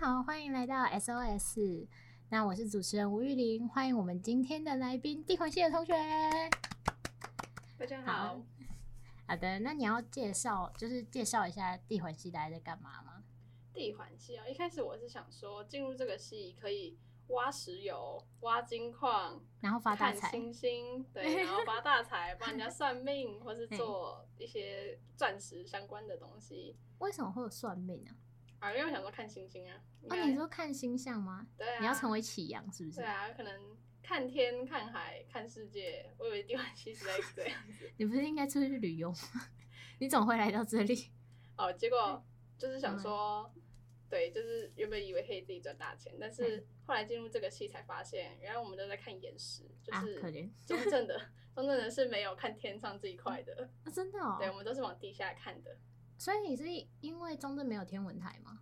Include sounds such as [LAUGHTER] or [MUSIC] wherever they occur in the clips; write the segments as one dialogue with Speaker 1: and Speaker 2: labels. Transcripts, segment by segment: Speaker 1: 好，欢迎来到 SOS。那我是主持人吴玉玲，欢迎我们今天的来宾地环系的同学。
Speaker 2: 大家
Speaker 1: 好，好的，那你要介绍，就是介绍一下地环系大家在干嘛吗？
Speaker 2: 地环系哦，一开始我是想说，进入这个系可以挖石油、挖金矿、
Speaker 1: 然后发大
Speaker 2: 看
Speaker 1: 财，
Speaker 2: 星星，对，
Speaker 1: [LAUGHS]
Speaker 2: 然后发大财，帮人家算命，或是
Speaker 1: 嗯
Speaker 2: 做一些钻石相关的东西
Speaker 1: 为什么会有算命啊？
Speaker 2: 啊。因为我想说看星星啊，应
Speaker 1: 哦，
Speaker 2: 该
Speaker 1: 你说看星象吗？
Speaker 2: 对啊，
Speaker 1: 你要成为启阳是不是
Speaker 2: 对？啊，可能看天、看海、看世界。我以为地环系是在 [LAUGHS] 这样子
Speaker 1: 你不是应该出去旅游吗？ [LAUGHS] 你怎么会来到这里？
Speaker 2: 哦，结
Speaker 1: 嗯
Speaker 2: 果就是想说。对，就是原本以为可以自己赚大钱，但
Speaker 1: 嗯
Speaker 2: 是后来进入这个系才发现，原来我们都在看岩石，就
Speaker 1: 啊
Speaker 2: 是、，
Speaker 1: 可怜
Speaker 2: 中正的中正的是没有看天上这一块的，
Speaker 1: 啊，真的哦。
Speaker 2: 对，我们都是往地下看的。
Speaker 1: 所以你是因为中正没有天文台吗？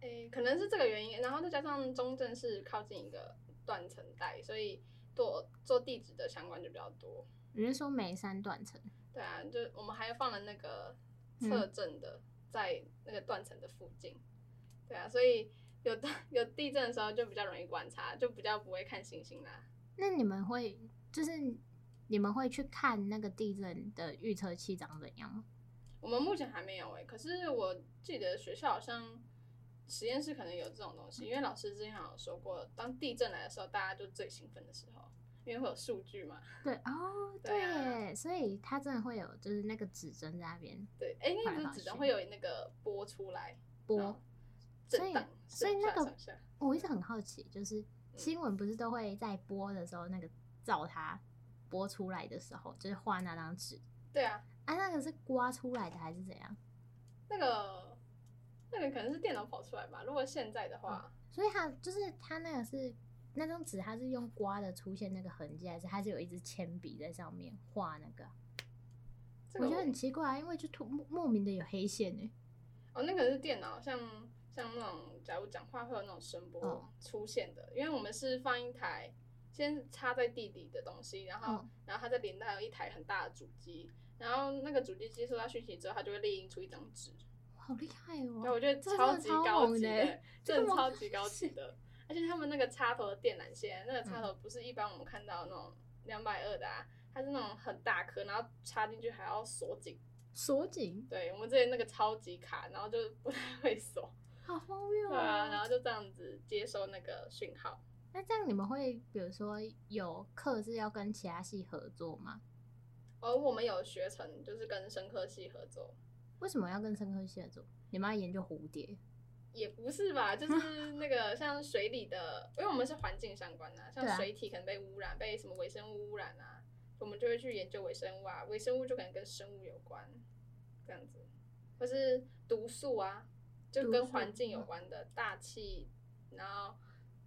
Speaker 2: 诶、可能是这个原因，然后再加上中正是靠近一个断层带，所以做做地质的相关就比较多。
Speaker 1: 你是说眉山断层？
Speaker 2: 对啊，就我们还放了那个
Speaker 1: 嗯
Speaker 2: 测震的，在那个断层的附近。对啊，所以有地 [LAUGHS] 有地震的时候就比较容易观察，就比较不会看星星啦。
Speaker 1: 那你们会就是你们会去看那个地震的预测器长怎样吗？
Speaker 2: 我们目前还没有诶、可是我记得学校好像实验室可能有这种东西，因为老师之前好像有说过，当地震来的时候，大家就最兴奋的时候，因为会有数据嘛。
Speaker 1: 对哦，对
Speaker 2: 对啊
Speaker 1: 耶，所以它真的会有就是那个指针在那边
Speaker 2: 对，哎、那
Speaker 1: 反
Speaker 2: 个
Speaker 1: 而
Speaker 2: 指针
Speaker 1: 是
Speaker 2: 会有那个波出来，然
Speaker 1: 播
Speaker 2: 后。震荡，
Speaker 1: 所以所
Speaker 2: 上
Speaker 1: 以那
Speaker 2: 下
Speaker 1: 个
Speaker 2: 上下
Speaker 1: 我一直很好奇，就是
Speaker 2: 嗯
Speaker 1: 新闻不是都会在播的时候那个照它播出来的时候，就是画那张纸
Speaker 2: 对啊，
Speaker 1: 啊，那个是刮出来的还是怎样？
Speaker 2: 那个那个可能是电脑跑出来吧。如果现在的话，
Speaker 1: 所以它就是它那个是那张纸，它是用刮的出现那个痕迹，还是它是有一支铅笔在上面画那个啊？
Speaker 2: 这个
Speaker 1: 我觉得很奇怪啊，因为就突莫莫名的有黑线哎、
Speaker 2: 哦，那个是电脑，像像那种，假如讲话会有那种声波
Speaker 1: 嗯
Speaker 2: 出现的，因为我们是放一台先插在地底的东西，然后、
Speaker 1: 嗯
Speaker 2: 然后它再连到一台很大的主机，然后那个主机接收到讯息之后，它就会列印出一张纸，
Speaker 1: 好厉害
Speaker 2: 对，
Speaker 1: 哦！
Speaker 2: 我觉得
Speaker 1: 这个
Speaker 2: 超
Speaker 1: 真的
Speaker 2: 级
Speaker 1: 超
Speaker 2: 高
Speaker 1: 猛
Speaker 2: 级
Speaker 1: 的欸
Speaker 2: 的，
Speaker 1: 这
Speaker 2: 真
Speaker 1: 个
Speaker 2: 的
Speaker 1: 我
Speaker 2: 超级高级的，而且他们那个插头的电缆线，那个
Speaker 1: 嗯
Speaker 2: 插头不是一般我们看到那种两百二的啊，它是那种很大颗，然后插进去还要锁紧，
Speaker 1: 锁紧，
Speaker 2: 对我们之前那个超级卡，然后就不太会锁。
Speaker 1: [LAUGHS] 好荒谬
Speaker 2: 对啊，然
Speaker 1: 啊！
Speaker 2: 后就这样子接收那个讯号。
Speaker 1: 那这样你们会比如说有课是要跟其他系合作吗？
Speaker 2: 而我们有学程，就是跟生科系合作，
Speaker 1: 为什么要跟生科系合作？你们要研究蝴蝶？
Speaker 2: 也不是吧，就是 [LAUGHS] 那个像水里的，因为我们是环境相关的、像
Speaker 1: 对啊
Speaker 2: 水体可能被污染，被什么微生物污染啊，我们就会去研究微生物啊，微生物就可能跟生物有关，这样子，或是毒素啊，就
Speaker 1: 毒
Speaker 2: 跟
Speaker 1: 素
Speaker 2: 环境有
Speaker 1: 嗯
Speaker 2: 关的大气，然后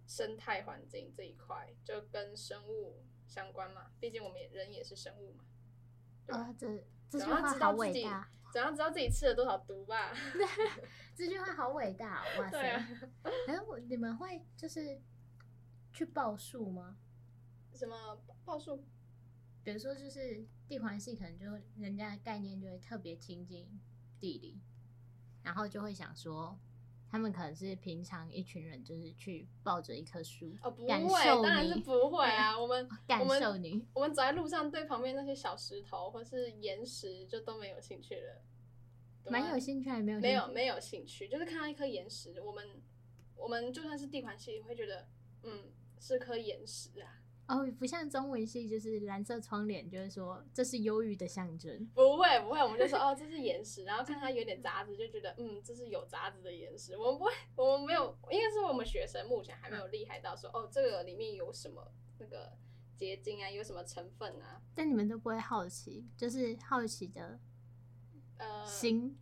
Speaker 2: 生态环境这一块就跟生物相关嘛，毕竟我们也人也是生物嘛。对吧
Speaker 1: 啊，这这句
Speaker 2: 然后
Speaker 1: 话
Speaker 2: 知
Speaker 1: 好
Speaker 2: 道自
Speaker 1: 伟
Speaker 2: 己
Speaker 1: 大，
Speaker 2: 只要知道自己吃了多少毒吧。 [LAUGHS]
Speaker 1: 这句话好伟大哦、哇
Speaker 2: 对
Speaker 1: 塞！ [LAUGHS]
Speaker 2: 啊，
Speaker 1: 然后我你们会就是去报数吗？
Speaker 2: 什么报数？
Speaker 1: 比如说，就是地环系可能就人家的概念就会特别亲近地理，然后就会想说，他们可能是平常一群人就是去抱着一棵树，
Speaker 2: 哦，不
Speaker 1: 感
Speaker 2: 会，
Speaker 1: 受
Speaker 2: 当然是
Speaker 1: 你
Speaker 2: 不会啊。我们
Speaker 1: 感
Speaker 2: 我们
Speaker 1: 受你。
Speaker 2: 我们走在路上，对旁边那些小石头或是岩石就都没有兴趣了，懂吗
Speaker 1: 蛮有兴趣还没有兴趣
Speaker 2: 啊没有没有兴趣，就是看到一颗岩石，我们我们就算是地环系，会觉得嗯是颗岩石啊， [LAUGHS]
Speaker 1: 哦，不像中文系就是蓝色窗帘，就是说这是忧郁的象征。
Speaker 2: 不会不会，我们就说哦这是岩石，然后看它有点杂质，就觉得嗯这是有杂质的岩石。我们不会，我们没有，应该是我们学生目前还没有厉害到说哦这个里面有什么那个结晶啊，有什么成分啊，
Speaker 1: 但你们都不会好奇，就是好奇的
Speaker 2: 呃，
Speaker 1: 心，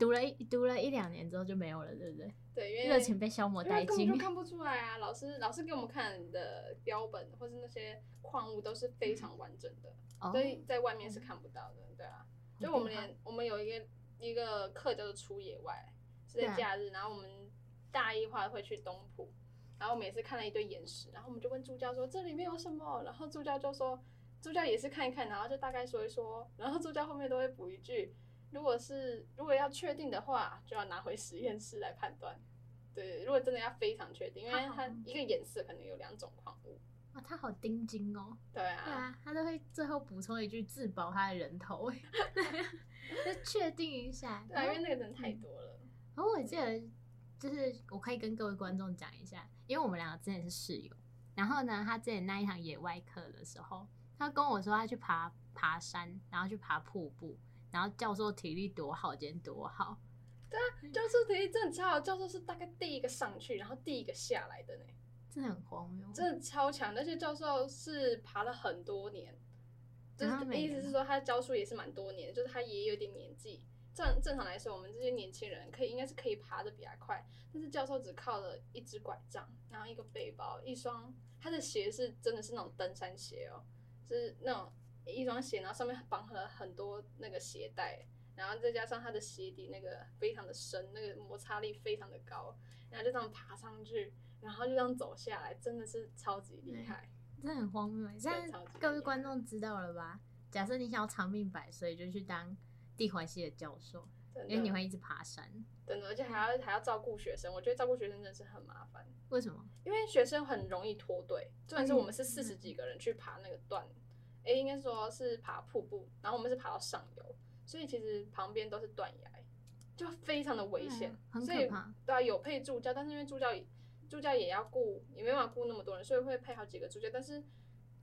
Speaker 1: 读了一读了一两年之后就没有了，对不对？
Speaker 2: 对，因为
Speaker 1: 热情被消磨
Speaker 2: 因为
Speaker 1: 殆
Speaker 2: 根本就
Speaker 1: 尽。
Speaker 2: 看不出来啊！老师老师给我们看的标本或是那些矿物都是非常完整的，
Speaker 1: 嗯哦嗯
Speaker 2: 所以在外面是看不到的。对啊，所以我们连我们有一个一个课叫做出野外，是
Speaker 1: 对
Speaker 2: 在
Speaker 1: 啊
Speaker 2: 假日，然后我们大一的话会去东埔，然后我们也是看了一堆岩石，然后我们就问助教说这里面有什么，然后助教就说助教也是看一看，然后就大概说一说，然后助教后面都会补一句。如果是如果要确定的话，就要拿回实验室来判断。对，如果真的要非常确定，因为
Speaker 1: 它好
Speaker 2: 它一个颜色可能有两种矿物。
Speaker 1: 哇，哦他好盯紧哦。
Speaker 2: 对啊，
Speaker 1: 对啊，他都会最后补充一句自保他的人
Speaker 2: [LAUGHS]
Speaker 1: 头，欸就确定一下。
Speaker 2: 对啊，
Speaker 1: 然
Speaker 2: 因
Speaker 1: 后
Speaker 2: 为那嗯个真的
Speaker 1: 嗯
Speaker 2: 太多了。
Speaker 1: 然后我记得，就是我可以跟各位观众讲一下，因为我们两个之前是室友。然后呢，他之前那一堂野外课的时候，他跟我说他去爬爬山，然后去爬瀑布，然后教授体力多好，今天多好。
Speaker 2: 教授体力真的超好，教授是大概第一个上去，然后第一个下来的呢，
Speaker 1: 真的很荒谬。
Speaker 2: 真的超强。而且教授是爬了很多年，就
Speaker 1: 啊
Speaker 2: 是
Speaker 1: 每
Speaker 2: 意
Speaker 1: 年
Speaker 2: 思是说他教书也是蛮多年，就是他也有点年纪。正正常来说，我们这些年轻人可以应该是可以爬的比他快，但是教授只靠了一只拐杖，然后一个背包，一双他的鞋是真的是那种登山鞋哦，就是那种一双鞋，然后上面绑了很多那个鞋带，然后再加上它的鞋底那个非常的深，那个摩擦力非常的高，然后就这样爬上去，然后就这样走下来，真的是超级厉害。
Speaker 1: 真的很荒谬欸。现在
Speaker 2: 超级
Speaker 1: 各
Speaker 2: 厉
Speaker 1: 位
Speaker 2: 害
Speaker 1: 观众知道了吧？假设你想要长命百岁，就去当地环系的教授，
Speaker 2: 真
Speaker 1: 哎
Speaker 2: 的，
Speaker 1: 因为你会一直爬山。
Speaker 2: 真的，而且还要还要照顾学生，我觉得照顾学生真的是很麻烦，
Speaker 1: 为什么？
Speaker 2: 因为学生很容易脱队。重点是
Speaker 1: 嗯
Speaker 2: 我们是四十几个人去爬那个段，诶，应该说是爬瀑布，然后我们是爬到上游，所以其实旁边都是断崖，就非常的危险
Speaker 1: 嗯，很
Speaker 2: 所以
Speaker 1: 可怕。
Speaker 2: 对啊，有配助教，但是因为助教也助教也要顾，也没办法顾那么多人，所以会配好几个助教，但是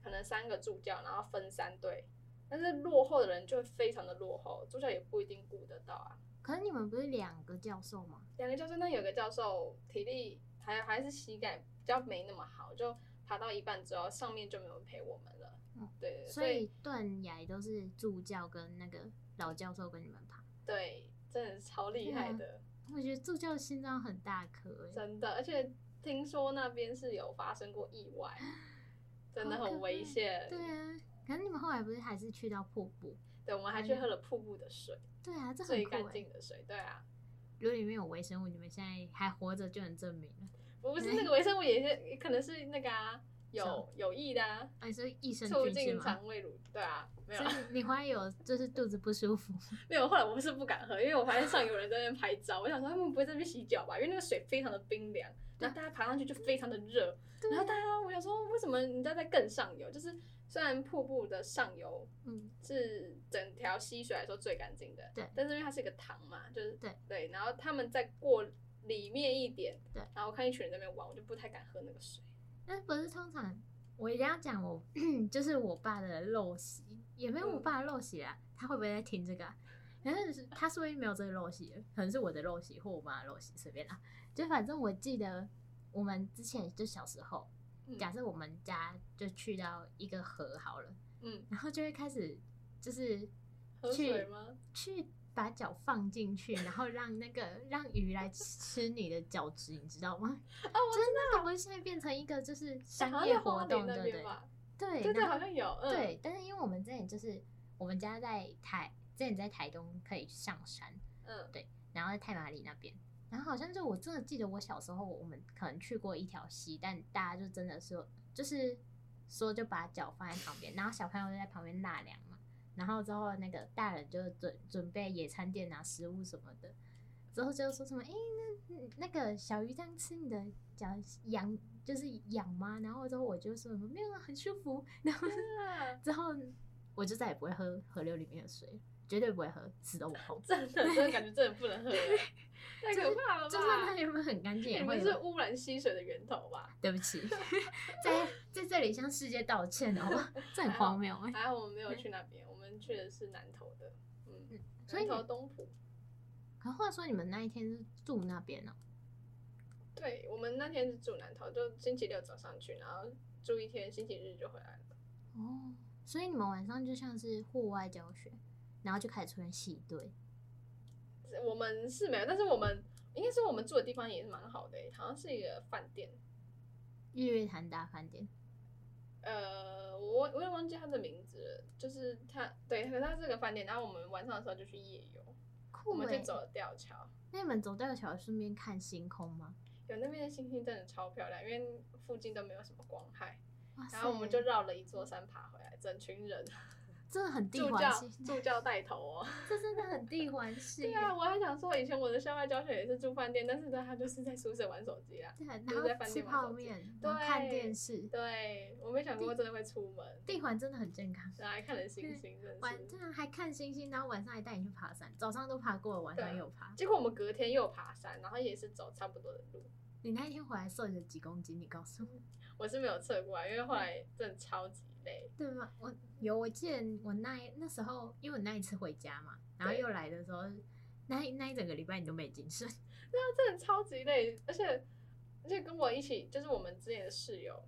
Speaker 2: 可能三个助教，然后分三队，但是落后的人就会非常的落后，助教也不一定顾得到啊。
Speaker 1: 可是你们不是两个教授吗？
Speaker 2: 两个教授，那有个教授体力还有还是膝盖比较没那么好，就爬到一半之后，上面就没有人陪我们了。
Speaker 1: 嗯
Speaker 2: 对对，对
Speaker 1: 所以断崖都是助教跟那个老教授跟你们爬。
Speaker 2: 对，真的是超厉害的。
Speaker 1: 我觉得助教心脏很大颗哎、
Speaker 2: 真的，而且听说那边是有发生过意
Speaker 1: [LAUGHS]
Speaker 2: 外，真的
Speaker 1: 好可
Speaker 2: 很危
Speaker 1: 怕
Speaker 2: 险。
Speaker 1: 对啊，可是你们后来不是还是去到瀑布？
Speaker 2: 对，我们还去喝了瀑布的水，
Speaker 1: 对啊，这很
Speaker 2: 最
Speaker 1: 酷
Speaker 2: 干
Speaker 1: 哎、
Speaker 2: 净的水。对啊，
Speaker 1: 如果里面有微生物，你们现在还活着就能证明了。
Speaker 2: 不是那个微生物也是，可能是那个啊，
Speaker 1: [LAUGHS]
Speaker 2: 有有益的啊，
Speaker 1: 啊，你说益生
Speaker 2: 促
Speaker 1: 菌是
Speaker 2: 进
Speaker 1: 吗？
Speaker 2: 肠胃蠕。对啊，没有
Speaker 1: 所
Speaker 2: 啊
Speaker 1: 以你后来有就是肚子不舒
Speaker 2: [LAUGHS]
Speaker 1: 服，
Speaker 2: 没有。后来我是不敢喝，因为我发现上游人在那边拍照，我想说他们不会在那边洗脚吧？因为那个水非常的冰凉，然后大家爬上去就非常的热。
Speaker 1: 对
Speaker 2: 然后大家，我想说为什么你家在更上游？就是虽然瀑布的上游
Speaker 1: 嗯，
Speaker 2: 是整条溪水来说最干净的，
Speaker 1: 对
Speaker 2: 但是因为它是一个塘嘛，就是
Speaker 1: 对
Speaker 2: 然后他们再过里面一点，
Speaker 1: 对，
Speaker 2: 然后我看一群人在那边玩，我就不太敢喝那个水。
Speaker 1: 那不是通常我一定要讲我 [CLEARS THROAT] 就是我爸的陋习，也没有我
Speaker 2: 嗯
Speaker 1: 爸的陋习啊，他会不会在听这个、啊？ [LAUGHS] 反正
Speaker 2: [LAUGHS]
Speaker 1: 是他说不定没有这个陋习，可能是我的陋习或我妈的陋习，随便啦。就反正我记得我们之前就小时候，
Speaker 2: 嗯
Speaker 1: 假设我们家就去到一个河好了，
Speaker 2: 嗯，
Speaker 1: 然后就会开始就是
Speaker 2: 喝
Speaker 1: 去
Speaker 2: 水吗？
Speaker 1: 去把脚放进去，然后让那个让鱼来吃你的脚趾，你知道吗？
Speaker 2: 啊，我
Speaker 1: 就是那个不是现在变成一个就是
Speaker 2: 好
Speaker 1: 哦商
Speaker 2: 像
Speaker 1: 业
Speaker 2: 在
Speaker 1: 活
Speaker 2: 花
Speaker 1: 动，对
Speaker 2: 莲那
Speaker 1: 不
Speaker 2: 边
Speaker 1: 对？
Speaker 2: 吧，
Speaker 1: 对，
Speaker 2: 对对，
Speaker 1: 然后
Speaker 2: 好像有，嗯，
Speaker 1: 对，但是因为我们之前就是我们家在台，之前在台东可以上山，
Speaker 2: 嗯，
Speaker 1: 然后在太马里那边，然后好像就我真的记得我小时候我们可能去过一条溪，但大家就真的是就是说就把脚放在旁边，然后小朋友就在旁边纳凉嘛，然后之后那个大人就准准备野餐垫啊食物什么的，之后就说什么哎、诶那那个小鱼这样吃你的脚痒就是痒吗？然后之后我就说什么没有啊很舒服，然后 [LAUGHS]
Speaker 2: 啊
Speaker 1: 之后我就再也不会喝河流里面的水了，绝对不会喝，死都不碰。
Speaker 2: 真的，真的感觉真的不能喝，太可怕了吧？
Speaker 1: 就算它原本很干净，也
Speaker 2: 你
Speaker 1: 会
Speaker 2: 们
Speaker 1: 有
Speaker 2: 是污染溪水的源头 [LAUGHS] 吧？
Speaker 1: 对不起， [LAUGHS] 在在这里向世界道歉哦好吗？ [LAUGHS] 这很荒谬哎、
Speaker 2: 还好我们没有去那边，我们去的是南投的，嗯，
Speaker 1: 所以
Speaker 2: 南
Speaker 1: 你
Speaker 2: 投东埔。
Speaker 1: 可话说，你们那一天是住那边哦、
Speaker 2: 对，我们那天是住南头，就星期六早上去，然后住一天，星期日就回来了。
Speaker 1: 哦，所以你们晚上就像是户外教学，然后就开始出现戏队。
Speaker 2: 我们是没有，但是我们应该说我们住的地方也是蛮好的、欸好像是一个饭店。
Speaker 1: 日月潭大饭店，
Speaker 2: 呃，我忘我也忘记它的名字了，就是它对，可是它是个饭店。然后我们晚上的时候就去夜游，我
Speaker 1: 酷
Speaker 2: 们
Speaker 1: 哎、
Speaker 2: 就走了吊桥，
Speaker 1: 那你们走吊桥顺便看星空吗？
Speaker 2: 有那边的星星真的超漂亮，因为附近都没有什么光害。
Speaker 1: 哇塞！
Speaker 2: 然后我们就绕了一座山爬回来，整群人。
Speaker 1: 真的很地
Speaker 2: 助
Speaker 1: 环
Speaker 2: 教
Speaker 1: 系，
Speaker 2: 助教带头哦。
Speaker 1: 这真的很地环系。
Speaker 2: 对啊，我还想说，以前我的校外教学也是住饭店，但是呢，他就是在宿舍玩手机啊啦。
Speaker 1: 对然
Speaker 2: 就是在
Speaker 1: 后
Speaker 2: 饭
Speaker 1: 吃
Speaker 2: 店玩
Speaker 1: 泡
Speaker 2: 手机
Speaker 1: 面，然后看电视，
Speaker 2: 对，我没想过真的会出门，
Speaker 1: 地环真的很健康。
Speaker 2: 然后还看了星星，真
Speaker 1: 晚
Speaker 2: 是。
Speaker 1: 上还看星星，然后晚上还带你去爬山，早上都爬过了，晚上又爬。
Speaker 2: 结果我们隔天又爬山，然后也是走差不多的路。
Speaker 1: 你那一天回来瘦了几公斤？你告诉我，
Speaker 2: 我是没有测过啊，因为
Speaker 1: 嗯
Speaker 2: 后来真的超级累。
Speaker 1: 对吗？我有，我记得我那一那时候，因为我那一次回家嘛，然后
Speaker 2: 对
Speaker 1: 又来的时候，那一那一整个礼拜你都没精神。
Speaker 2: 那真的超级累，而且而且跟我一起，就是我们之前的室友，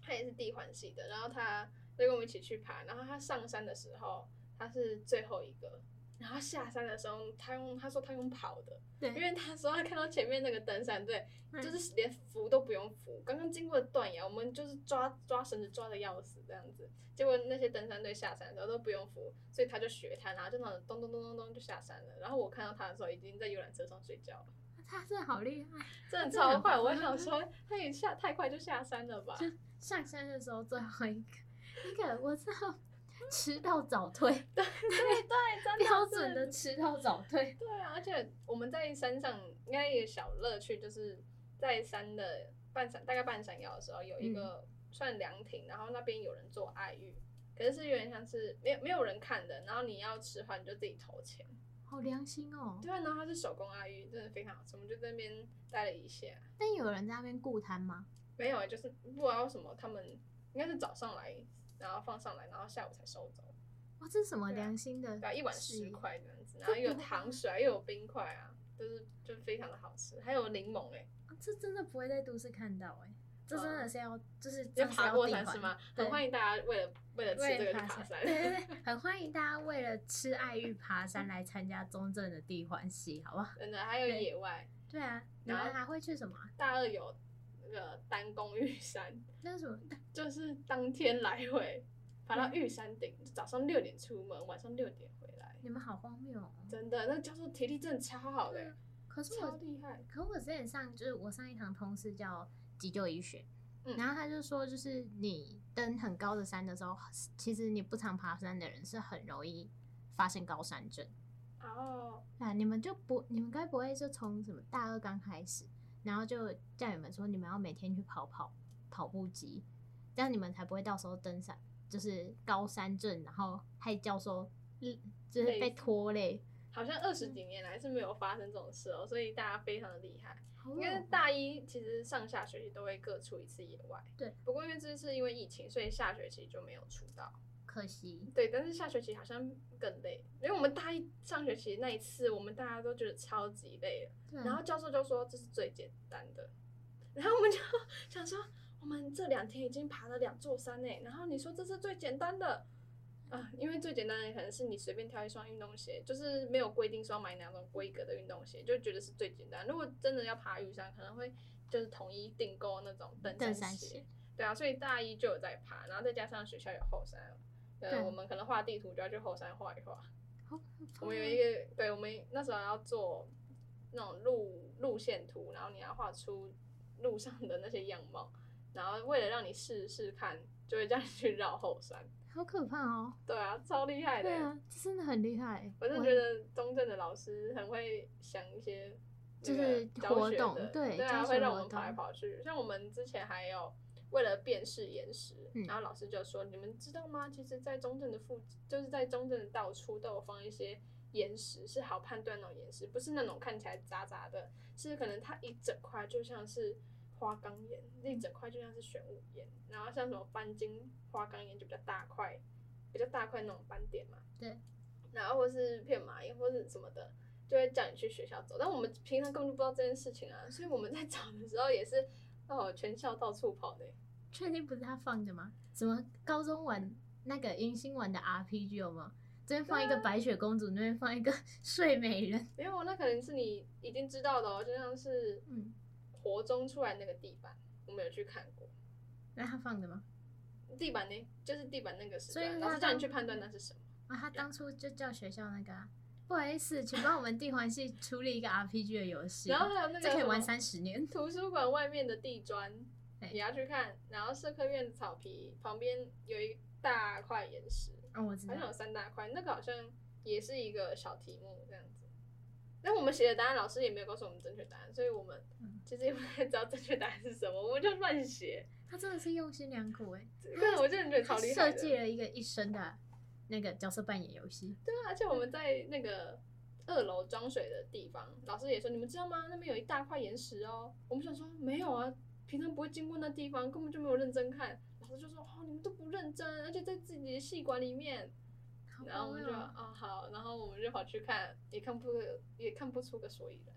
Speaker 2: 他也是地环系的，然后他就跟我们一起去爬，然后他上山的时候他是最后一个，然后下山的时候他用他说他用跑的，
Speaker 1: 对，
Speaker 2: 因为他说他看到前面那个登山队，
Speaker 1: 嗯
Speaker 2: 就是连扶都不用扶，刚刚经过的断崖，我们就是抓抓绳子抓的要死这样子，结果那些登山队下山的时候都不用扶，所以他就学他，然后就那种咚咚咚咚咚就下山了，然后我看到他的时候已经在游览车上睡觉了。
Speaker 1: 他真的好厉害。
Speaker 2: 真的超快，我想说，他也下太快就下山了吧？
Speaker 1: 上山的时候最后一个，那个我知 [LAUGHS] 道，迟到早退，
Speaker 2: 对对，真的
Speaker 1: 标准
Speaker 2: 是
Speaker 1: 的迟到早退。
Speaker 2: 对啊，而且我们在山上应该有小乐趣，就是在山的半山，大概半山腰的时候，有一个
Speaker 1: 嗯
Speaker 2: 算凉亭，然后那边有人做爱浴，可是是有点像是没有没有人看的，然后你要吃饭你就自己投钱。
Speaker 1: 好良心哦！
Speaker 2: 对啊，然后它是手工爱浴，真的非常好吃，我们就在那边待了一下。
Speaker 1: 但有人在那边顾摊吗？
Speaker 2: 没有、欸，就是不知道为什么他们应该是早上来，然后放上来，然后下午才收走。
Speaker 1: 哇，这是什么
Speaker 2: 对啊
Speaker 1: 良心的事业？
Speaker 2: 对啊，一碗十块这样子，然后又有糖水啊，又有冰块啊，就是就非常的好吃，还有柠檬哎、欸，
Speaker 1: 啊这真的不会在都市看到哎、这真的是要就是
Speaker 2: 你有
Speaker 1: 真的是
Speaker 2: 嗯爬
Speaker 1: 要
Speaker 2: 过
Speaker 1: 地
Speaker 2: 山
Speaker 1: 环
Speaker 2: 是吗？
Speaker 1: 对
Speaker 2: 很欢迎大家为了为了吃这
Speaker 1: 为
Speaker 2: 个
Speaker 1: 了
Speaker 2: 去
Speaker 1: 爬
Speaker 2: 爬山
Speaker 1: 山，。对对对，很欢迎大家为了吃爱玉爬山来参加中正的地环系，好不好？
Speaker 2: [LAUGHS] 真的，还有
Speaker 1: 对
Speaker 2: 野外，
Speaker 1: 对啊，你
Speaker 2: 然后
Speaker 1: 们还会去什么啊？
Speaker 2: 大二有那个单攻玉山，
Speaker 1: 那是什么？
Speaker 2: 就是当天来回爬到玉山顶，早上六点出门，晚上六点回来，
Speaker 1: 你们好荒谬哦！
Speaker 2: 真的，那教授体力真的超好的、欸，
Speaker 1: 可是
Speaker 2: 超
Speaker 1: 我
Speaker 2: 厉害。
Speaker 1: 可我之前上就是我上一堂通识叫急救医学，
Speaker 2: 嗯
Speaker 1: 然后他就说，就是你登很高的山的时候，其实你不常爬山的人是很容易发生高山症。
Speaker 2: 然后
Speaker 1: 啊，你们就不，你们该不会就从什么大二刚开始，然后就叫你们说你们要每天去跑跑跑步机，这样你们才不会到时候登山就是高山症，然后害教授嗯就是
Speaker 2: 累
Speaker 1: 被
Speaker 2: 死
Speaker 1: 拖累。
Speaker 2: 好像二十几年来是没有发生这种事哦，所以大家非常的厉害。
Speaker 1: 好
Speaker 2: 因为
Speaker 1: 冷
Speaker 2: 大一其实上下学期都会各出一次野外，
Speaker 1: 对。
Speaker 2: 不过因为这次因为疫情，所以下学期就没有出到。
Speaker 1: 可惜，
Speaker 2: 对，但是下学期好像更累，因为我们大一上学期那一次，我们大家都觉得超级累了。
Speaker 1: 对啊
Speaker 2: 然后教授就说这是最简单的，然后我们就 [LAUGHS] 想说，我们这两天已经爬了两座山欸呢，然后你说这是最简单的。啊，因为最简单的可能是你随便挑一双运动鞋，就是没有规定说要买哪种规格的运动鞋，就觉得是最简单。如果真的要爬玉山，可能会就是统一订购那种登
Speaker 1: 登
Speaker 2: 山
Speaker 1: 山
Speaker 2: 鞋
Speaker 1: 鞋。
Speaker 2: 对啊，所以大一就有在爬，然后再加上学校有后山，
Speaker 1: 对
Speaker 2: 呃，我们可能画地图就要去后山画一画。
Speaker 1: 好可怕
Speaker 2: 我们有
Speaker 1: 哦
Speaker 2: 一个，对，我们那时候要做那种路路线图，然后你要画出路上的那些样貌，然后为了让你试试看，就会叫你去绕后山。
Speaker 1: 好可怕哦！
Speaker 2: 对啊，超厉害的
Speaker 1: 对
Speaker 2: 欸。
Speaker 1: 啊，这真的很厉害。
Speaker 2: 我真的觉得中正的老师很会想一些那个
Speaker 1: 就是
Speaker 2: 教
Speaker 1: 活
Speaker 2: 学
Speaker 1: 动
Speaker 2: 的
Speaker 1: 对
Speaker 2: 对啊，
Speaker 1: 教学
Speaker 2: 会让我
Speaker 1: 活
Speaker 2: 们跑来
Speaker 1: 动
Speaker 2: 跑去。像我们之前还有为了辨识岩石，
Speaker 1: 嗯
Speaker 2: 然后老师就说：“你们知道吗？其实，在中正的附，就是在中正的到处都有放一些岩石，是好判断那种岩石，不是那种看起来渣渣的，是可能它一整块就像是。”花岗岩一整块就像是玄武岩，然后像什么斑金花岗岩就比较大块，比较大块那种斑点嘛。
Speaker 1: 对。
Speaker 2: 然后或是骗蚂蚁或是什么的，就会叫你去学校走。但我们平常根本就不知道这件事情啊，所以我们在找的时候也是哦，全校到处跑的欸。
Speaker 1: 确定不是他放的吗？什么高中玩那个迎新玩的 RPG 有吗？这边放一个白雪公主，那边放一个睡美人。
Speaker 2: 没有，那可能是你已经知道的哦，就像是
Speaker 1: 嗯，
Speaker 2: 活中出来那个地板，我们有去看过。
Speaker 1: 那他放的吗？
Speaker 2: 地板呢，就是地板那个时
Speaker 1: 所以
Speaker 2: 段，
Speaker 1: 它
Speaker 2: 老师叫你
Speaker 1: 当
Speaker 2: 去判断那是什么。
Speaker 1: 啊，他当初就叫学校那个、啊，不好意思，请帮我们地环系处理一个 RPG 的游戏，啊
Speaker 2: 然后还有那个
Speaker 1: 这可以
Speaker 2: 什
Speaker 1: 玩
Speaker 2: 么
Speaker 1: 三十年。
Speaker 2: 图书馆外面的地砖
Speaker 1: 对
Speaker 2: 也要去看，然后社科院的草皮旁边有一大块岩石，
Speaker 1: 哦，我知
Speaker 2: 好
Speaker 1: 道
Speaker 2: 像有三大块，那个好像也是一个小题目这样子。那我们写的答案，老师也没有告诉我们正确答案，所以我们
Speaker 1: 嗯
Speaker 2: 其实也不太知道正确答案是什么，我们就
Speaker 1: [LAUGHS]
Speaker 2: 乱写。
Speaker 1: 他真的是用心良苦哎、
Speaker 2: 但是我真的觉得
Speaker 1: 他
Speaker 2: 超厉害
Speaker 1: 设
Speaker 2: 的。
Speaker 1: 计了一个一生的那个角色扮演游戏，
Speaker 2: 对啊，而且我们在那个二楼装水的地方，老师也说，你们知道吗？那边有一大块岩石哦。我们想说没有啊，平常不会经过那地方，根本就没有认真看。老师就说哦，你们都不认真，而且在自己的戏馆里面。
Speaker 1: 好
Speaker 2: 然后我
Speaker 1: 棒
Speaker 2: 们就
Speaker 1: 哦，
Speaker 2: 啊好，然后我们就跑去看，也看不个也看不出个所以然，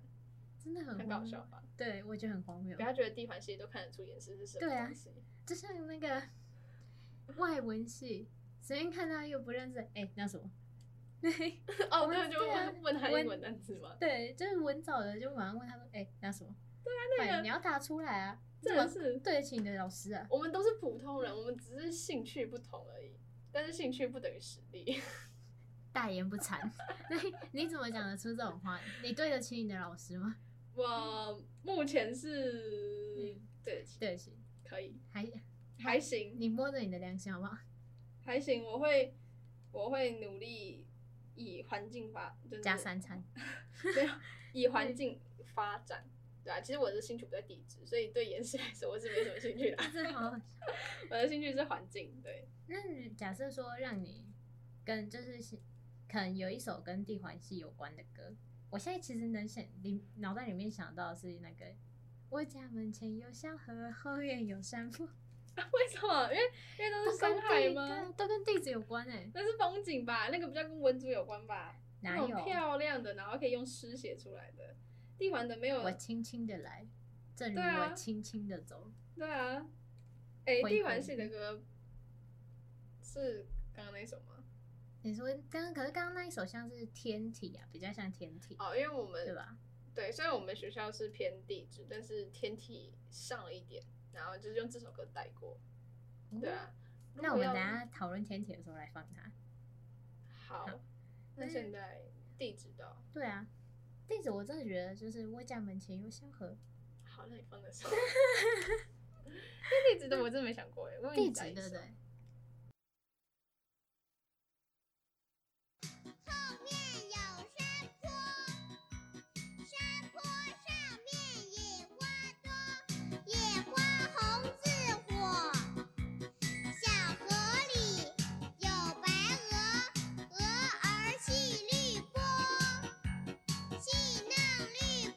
Speaker 1: 真的很
Speaker 2: 很
Speaker 1: 荒
Speaker 2: 搞
Speaker 1: 谬
Speaker 2: 笑。吧？
Speaker 1: 对，我觉得很荒谬
Speaker 2: 不。要觉得地环系都看得出岩石是什
Speaker 1: 对
Speaker 2: 么
Speaker 1: 啊 [LAUGHS]
Speaker 2: 东西。
Speaker 1: 就像那个外文系，随便看到又不认识，哎、那什么？ [LAUGHS]
Speaker 2: 哦，
Speaker 1: 我
Speaker 2: 对，就
Speaker 1: 对啊
Speaker 2: 问问他英
Speaker 1: 问
Speaker 2: 文单词吗？
Speaker 1: 对，就是文藻的，就马上问他说，哎、那什么？
Speaker 2: 啊那
Speaker 1: 对
Speaker 2: 个
Speaker 1: 你要答出来啊，
Speaker 2: 真
Speaker 1: 怎
Speaker 2: 的
Speaker 1: 么
Speaker 2: 是
Speaker 1: 对得起你的老师啊？ [LAUGHS]
Speaker 2: 我们都是普通人，我们只是兴趣不同而已。但是兴趣不等于实力， [LAUGHS]
Speaker 1: 大言不惭， [LAUGHS] 你你怎么讲得出这种话？你对得起你的老师吗？
Speaker 2: 我目前是
Speaker 1: 嗯
Speaker 2: 对得起，
Speaker 1: 对得起，
Speaker 2: 可以，
Speaker 1: 还
Speaker 2: 还行，
Speaker 1: 你摸着你的良心好不好？
Speaker 2: 还行，我会我会努力以环境发，就是
Speaker 1: 加三 [LAUGHS] 餐，
Speaker 2: 没有 [LAUGHS] 以
Speaker 1: 嗯
Speaker 2: 环境发展，对啊，其实我的兴趣不在地质，所以对岩石来说我是没什么兴趣的。 [LAUGHS]
Speaker 1: 这好好笑。
Speaker 2: 我的兴趣是环境，对， [LAUGHS]
Speaker 1: 那你假设说让你跟就是是可能有一首跟地环系有关的歌，我现在其实能想里脑袋里面想到的是那个我家门前有小河，后院有山
Speaker 2: [LAUGHS]
Speaker 1: 坡，
Speaker 2: 为什么？因为因为都
Speaker 1: 都
Speaker 2: 是
Speaker 1: 跟
Speaker 2: 深海
Speaker 1: 地
Speaker 2: 吗？
Speaker 1: 对都跟地址有关哎、
Speaker 2: 那是风景吧？那个比较跟文组有关吧？
Speaker 1: 哪
Speaker 2: 那
Speaker 1: 有？
Speaker 2: 种漂亮的，然后可以用诗写出来的。地环的没有
Speaker 1: 我，轻轻的来，正如
Speaker 2: 对啊
Speaker 1: 我轻轻的走。
Speaker 2: 对啊，哎、
Speaker 1: 灰灰
Speaker 2: 地环系的歌是刚刚那首吗？
Speaker 1: 你说刚刚可是刚刚那一首像是天体啊，比较像天体，
Speaker 2: 哦，因为我们
Speaker 1: 对吧？
Speaker 2: 对，虽然我们学校是偏地质，但是天体上了一点，然后就是用这首歌带过，对啊。
Speaker 1: 嗯
Speaker 2: 如
Speaker 1: 那我
Speaker 2: 果
Speaker 1: 们
Speaker 2: 要
Speaker 1: 等下讨论天体的时候来放它。
Speaker 2: 好，那
Speaker 1: 嗯
Speaker 2: 现在地质的哦，
Speaker 1: 对啊，地址我真的觉得就是我家门前有小河，
Speaker 2: 好，那你放那首。
Speaker 1: [LAUGHS]
Speaker 2: 那地质的我真的没想过哎，我以为
Speaker 1: 地
Speaker 2: 你
Speaker 1: 址
Speaker 2: 带一
Speaker 1: 对不
Speaker 2: 首
Speaker 1: 对？
Speaker 3: 后面有山坡，山坡上面野花多，野花红似火。小河里有白鹅，鹅儿戏绿波，戏弄绿波，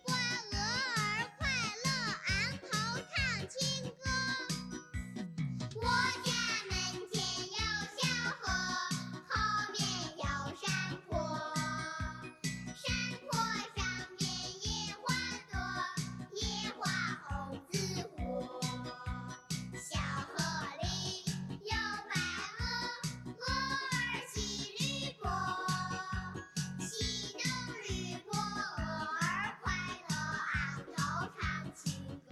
Speaker 3: 鹅儿快乐，昂头唱情歌。我家门前有小河，后面有山坡，山坡上面野花多，野花红似火。小河里有白鹅，鹅儿戏绿波，戏弄绿波，鹅儿快乐，昂头唱情歌。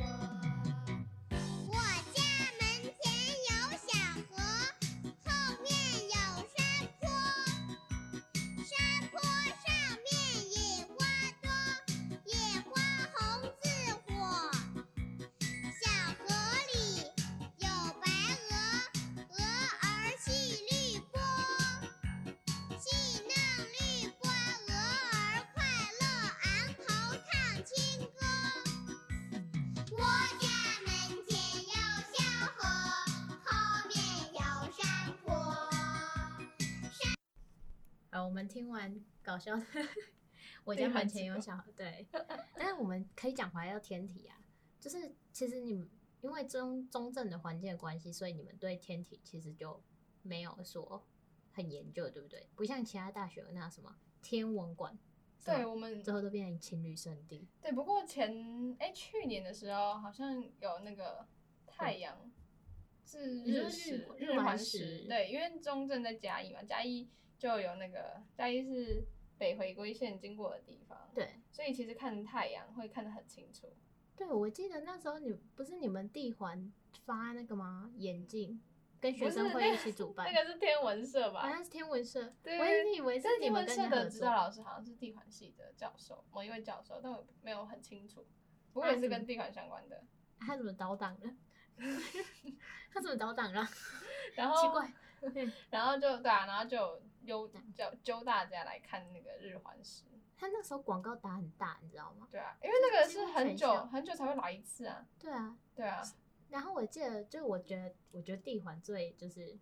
Speaker 3: 我家门前有小河，后面有山坡，山坡上面野花多，野花红似火。小河里有白鹅，鹅儿戏绿波，戏弄绿波，鹅儿快乐，昂头唱情歌。我家门前有小河，后面有山坡。
Speaker 1: 好，我们听完搞笑的， [LAUGHS] 我家门前有小孩对， [LAUGHS] 但是我们可以讲回来到天体啊，就是其实你们因为中中正的环境的关系，所以你们对天体其实就没有说很研究，对不对？不像其他大学有那什么天文馆，什
Speaker 2: 对
Speaker 1: 么，
Speaker 2: 我们
Speaker 1: 最后都变成情侣圣地，
Speaker 2: 对，不过前哎、去年的时候好像有那个太阳是
Speaker 1: 你说
Speaker 2: 日
Speaker 1: 日
Speaker 2: 食
Speaker 1: 环
Speaker 2: 日
Speaker 1: 日环
Speaker 2: 环
Speaker 1: 食
Speaker 2: 食，对，因为中正在嘉义嘛，嘉义就有那个嘉义是北回归线经过的地方，，
Speaker 1: 对。
Speaker 2: 所以其实看太阳会看得很清楚。
Speaker 1: 对，我记得那时候你不是你们地环发那个吗？眼镜跟学
Speaker 2: 不是
Speaker 1: 生
Speaker 2: 那
Speaker 1: 会一
Speaker 2: 个
Speaker 1: 起主办，啊
Speaker 2: 那个是天文社吧？
Speaker 1: 好像是天文社，
Speaker 2: 对
Speaker 1: 我一直以为欸是
Speaker 2: 但
Speaker 1: 你
Speaker 2: 天
Speaker 1: 们
Speaker 2: 文
Speaker 1: 跟
Speaker 2: 社
Speaker 1: 人家合
Speaker 2: 的指
Speaker 1: 作
Speaker 2: 导。老师好像是地环系的教授，某一位教授，但我没有很清楚。不过也
Speaker 1: 啊嗯
Speaker 2: 是跟地环相关的。
Speaker 1: [LAUGHS]
Speaker 2: [LAUGHS]
Speaker 1: 他怎么倒档了？他怎么倒档了？
Speaker 2: 然后哦
Speaker 1: 奇怪，
Speaker 2: 然后就对啊，然后就揪叫揪大家来看那个日环食，
Speaker 1: 他那时候广告打很大，你知道吗？
Speaker 2: 对啊，因为那个
Speaker 1: 几乎
Speaker 2: 是很
Speaker 1: 全
Speaker 2: 久
Speaker 1: 校
Speaker 2: 很久才会来一次啊，
Speaker 1: 对啊，
Speaker 2: 对啊，
Speaker 1: 然后我记得，就我觉得，我觉得地环最就是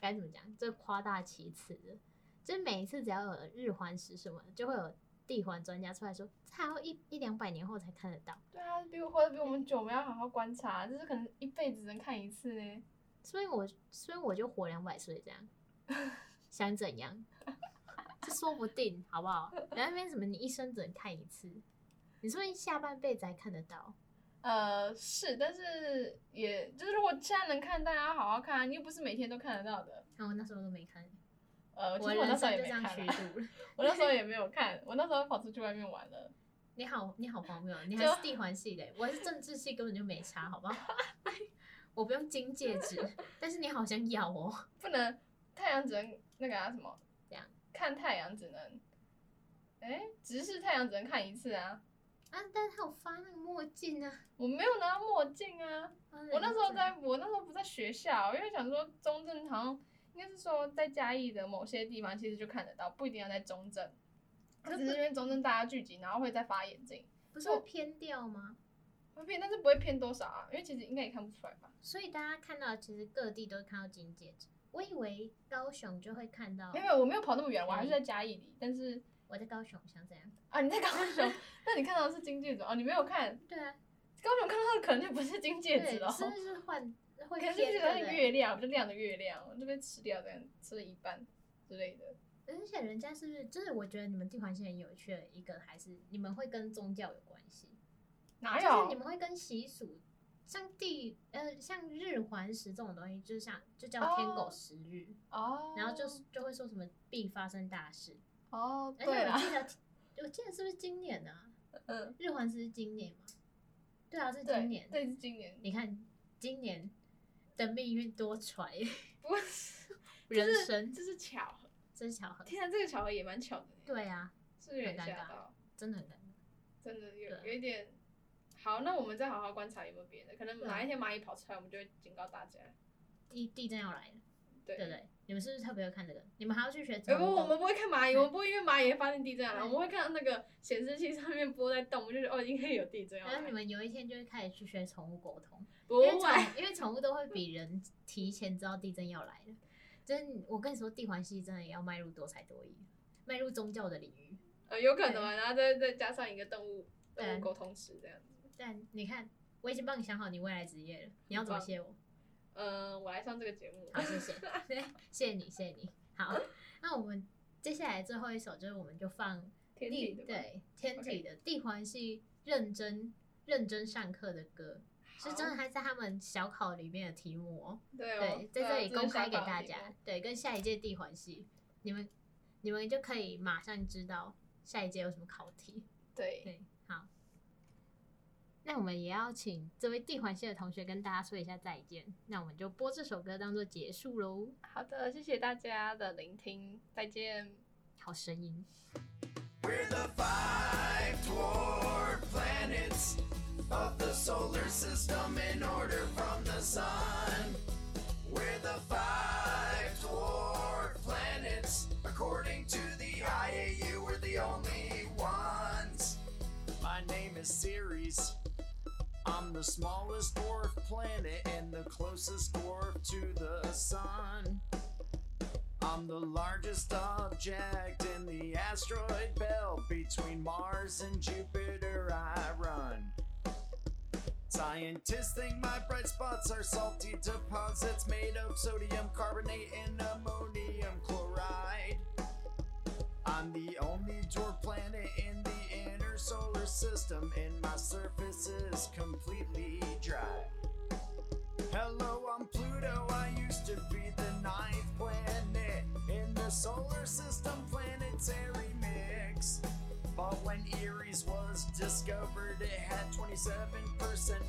Speaker 1: 该怎么讲，最夸大其词的，就是每一次只要有日环食什么的，就会有地环专家出来说，这还要一一两百年后才看得到。
Speaker 2: 对啊，比我或者比我们久，我们要好好观察，就是可能一辈子只能看一次呢。
Speaker 1: 所以我所以我就活两百岁这样，
Speaker 2: [LAUGHS]
Speaker 1: 想怎样？这说不定好不好？然后那边什么你一生只能看一次，你说不定下半辈子才看得到。
Speaker 2: 呃，是，但是也就是如果现在能看，大家好好看啊，你又不是每天都看得到的。
Speaker 1: 哦然后我那时候都没看，
Speaker 2: 呃，其
Speaker 1: 我
Speaker 2: 实我那
Speaker 1: 人
Speaker 2: 时
Speaker 1: 生
Speaker 2: 候也
Speaker 1: 就这
Speaker 2: 没
Speaker 1: 样
Speaker 2: 看啊、
Speaker 1: 虚度
Speaker 2: [LAUGHS]
Speaker 1: 了。
Speaker 2: 我那时候也没有看，我那时候跑出去外面玩了。
Speaker 1: 你好，你好荒谬，你
Speaker 2: 就
Speaker 1: 还是地环系的，我是政治系，根本就没差，好不好？ [LAUGHS] 我不用金戒指，但是你好像要哦。
Speaker 2: 不能太阳只能那个啊什么，
Speaker 1: 怎样
Speaker 2: 看太阳只能，哎、直视太阳只能看一次啊。
Speaker 1: [LAUGHS] 啊，但是他有发那个墨镜啊。
Speaker 2: 我没有拿墨镜啊，我那时候在，我那时候不在学校，因为想说中正好像应该是说在嘉义的某些地方其实就看得到，不一定要在中正，只是因为中正大家聚集，然后会再发眼镜，
Speaker 1: 不是会偏掉吗？
Speaker 2: 会变，但是不会偏多少啊，因为其实应该也看不出来吧。
Speaker 1: 所以大家看到，其实各地都会看到金戒指。我以为高雄就会看到
Speaker 2: 没，有没有，我没有跑那么远，我还是
Speaker 1: 可
Speaker 2: 在嘉义里，但是
Speaker 1: 我在高雄想怎样？
Speaker 2: 啊，你在高
Speaker 1: [LAUGHS]
Speaker 2: 雄，那你看到的是金戒指哦，你没有看
Speaker 1: 对啊，
Speaker 2: 高雄看到的可能就不是金戒指
Speaker 1: 对，
Speaker 2: 了。哦
Speaker 1: 是不是换会
Speaker 2: 可能
Speaker 1: 偏
Speaker 2: 就觉得
Speaker 1: 对不
Speaker 2: 是
Speaker 1: 对？
Speaker 2: 月亮，就亮的月亮，我这边吃掉，这样吃了一半之类的。
Speaker 1: 而且人家是不是就是我觉得你们地环系很有趣的一个，还是你们会跟宗教有关系？
Speaker 2: 哪
Speaker 1: 就是你
Speaker 2: 有？
Speaker 1: 们会跟习俗，像地呃像日环食这种东西，就是像就
Speaker 2: 哦
Speaker 1: 叫天狗食日，
Speaker 2: 哦，
Speaker 1: 然后就是就会说什么必发生大事。
Speaker 2: 哦，
Speaker 1: 而且
Speaker 2: 对
Speaker 1: 我
Speaker 2: 啦，
Speaker 1: 记得，我记得是不是今年啊？
Speaker 2: 嗯，
Speaker 1: 日环食是今年吗？对啊，是
Speaker 2: 对，
Speaker 1: 今年。
Speaker 2: 对，是今年，
Speaker 1: 你看今年的命运多
Speaker 2: [LAUGHS]
Speaker 1: 舛，
Speaker 2: 不是，
Speaker 1: [LAUGHS] 人
Speaker 2: 就是
Speaker 1: 生
Speaker 2: 这是巧合。
Speaker 1: 真巧合。
Speaker 2: 天啊，这个巧合也蛮巧的呢，
Speaker 1: 对啊，
Speaker 2: 是不是有点
Speaker 1: 很尴
Speaker 2: 吓
Speaker 1: 尬
Speaker 2: 到？
Speaker 1: 真的很尴尬。
Speaker 2: 真的有
Speaker 1: 对啊
Speaker 2: 有一点。好，那我们再好好观察有没有别的，可能
Speaker 1: 对啊
Speaker 2: 哪一天蚂蚁跑出来，我们就会警告大家。
Speaker 1: 地地震要来了，
Speaker 2: 对
Speaker 1: 对不对？你们是不是特别会看这个？你们还要去学
Speaker 2: 呃
Speaker 1: 成
Speaker 2: 不，我
Speaker 1: 功？
Speaker 2: 们不会看
Speaker 1: [LAUGHS]
Speaker 2: 蚂蚁，我们不会因为蚂蚁发生地震了，
Speaker 1: 对
Speaker 2: 我们会看到那个显示器上面波在动，我们就觉得哦，应该有地震要
Speaker 1: 然后
Speaker 2: 来
Speaker 1: 你。们有一天就会开始去学宠物沟通。
Speaker 2: 不
Speaker 1: 因为
Speaker 2: 会，
Speaker 1: 宠因为宠物都会比人提前知道地震要来了。真的，我跟你说，地环系真的也要迈入多才多艺，迈入宗教的领域。
Speaker 2: 呃，有可能
Speaker 1: 哎
Speaker 2: 啊，然后再再加上一个动物
Speaker 1: 对
Speaker 2: 动物沟通师这样子。
Speaker 1: 但你看，我已经帮你想好你未来职业了，你要怎么谢我？
Speaker 2: 嗯，我来上这个节目
Speaker 1: 好，，谢 [LAUGHS] 谢，对谢谢你，谢谢你。好，那我们接下来最后一首就是，我们就放
Speaker 2: [LAUGHS] 天体的嘛，
Speaker 1: 对天体的地环系认真认真上课的歌，是真的
Speaker 2: 好，
Speaker 1: 还在他们小考里面的题目哦。
Speaker 2: 对哦
Speaker 1: 对，在这里公开给大，
Speaker 2: 对啊
Speaker 1: 家，对，跟下一届地环系，你们你们就可以马上知道下一届有什么考题。
Speaker 2: 对
Speaker 1: 对，好，那我们也要请这位地环系的同学跟大家说一下再见，那我们就播这首歌当做结束喽。
Speaker 2: 好的，谢谢大家的聆听，再见。
Speaker 1: 好声音。
Speaker 4: We're the five dwarf planets of the solar system in order from the sun. We're the five dwarf planets. According to the IAU, we're the only ones. My name is Ceres. I'm the smallest dwarf planet and the closest dwarf to the sun. I'm the largest object in the asteroid belt. Between Mars and Jupiter, I run. Scientists think my bright spots are salty deposits made of sodium carbonate and ammonium chloride. I'm the only dwarf planet in the inner solar system, and my surface is completely dry. Hello, I'm Pluto. I used to be the ninth planet in the solar system planetary mix. But when Eries was discovered, it had 27%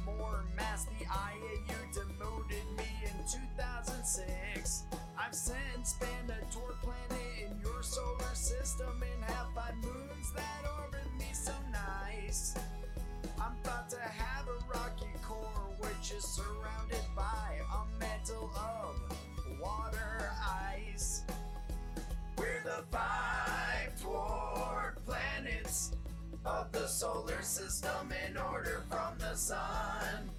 Speaker 4: more mass. The IAU demoted me in 2006. I've since been a dwarf planet in your solar system and have five moons that orbit me so nice. I'm about to have a rocky core which is surrounded by a mantle of water the five dwarf planets of the solar system in order from the sun.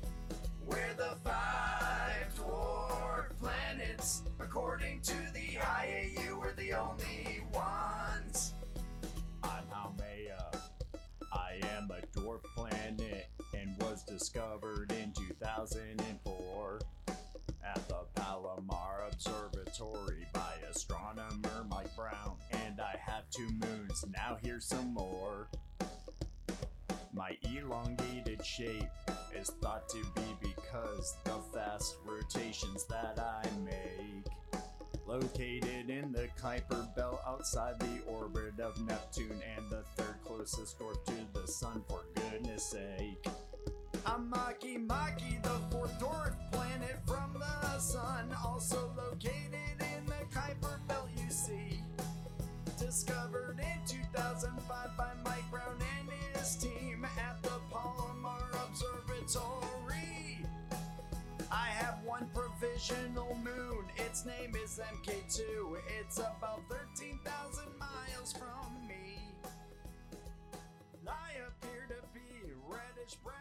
Speaker 4: We're the five dwarf planets. According to the IAU, we're the only ones. I'm Haumea. I am a dwarf planet and was discovered in 2004 at the Palomar Observatory by astronomer Mike Brown. And I have two moons, now here's some more. My elongated shape is thought to be because the fast rotations that I make. Located in the Kuiper Belt outside the orbit of Neptune and the third closest dwarf to the Sun, for goodness sake. I'm Maki Maki, the fourth dwarf planet from the sun, also located in the Kuiper Belt, you see. Discovered in 2005 by Mike Brown and his team at the Palomar Observatory. I have one provisional moon, its name is MK2. It's about 13,000 miles from me. I appear to be reddish brown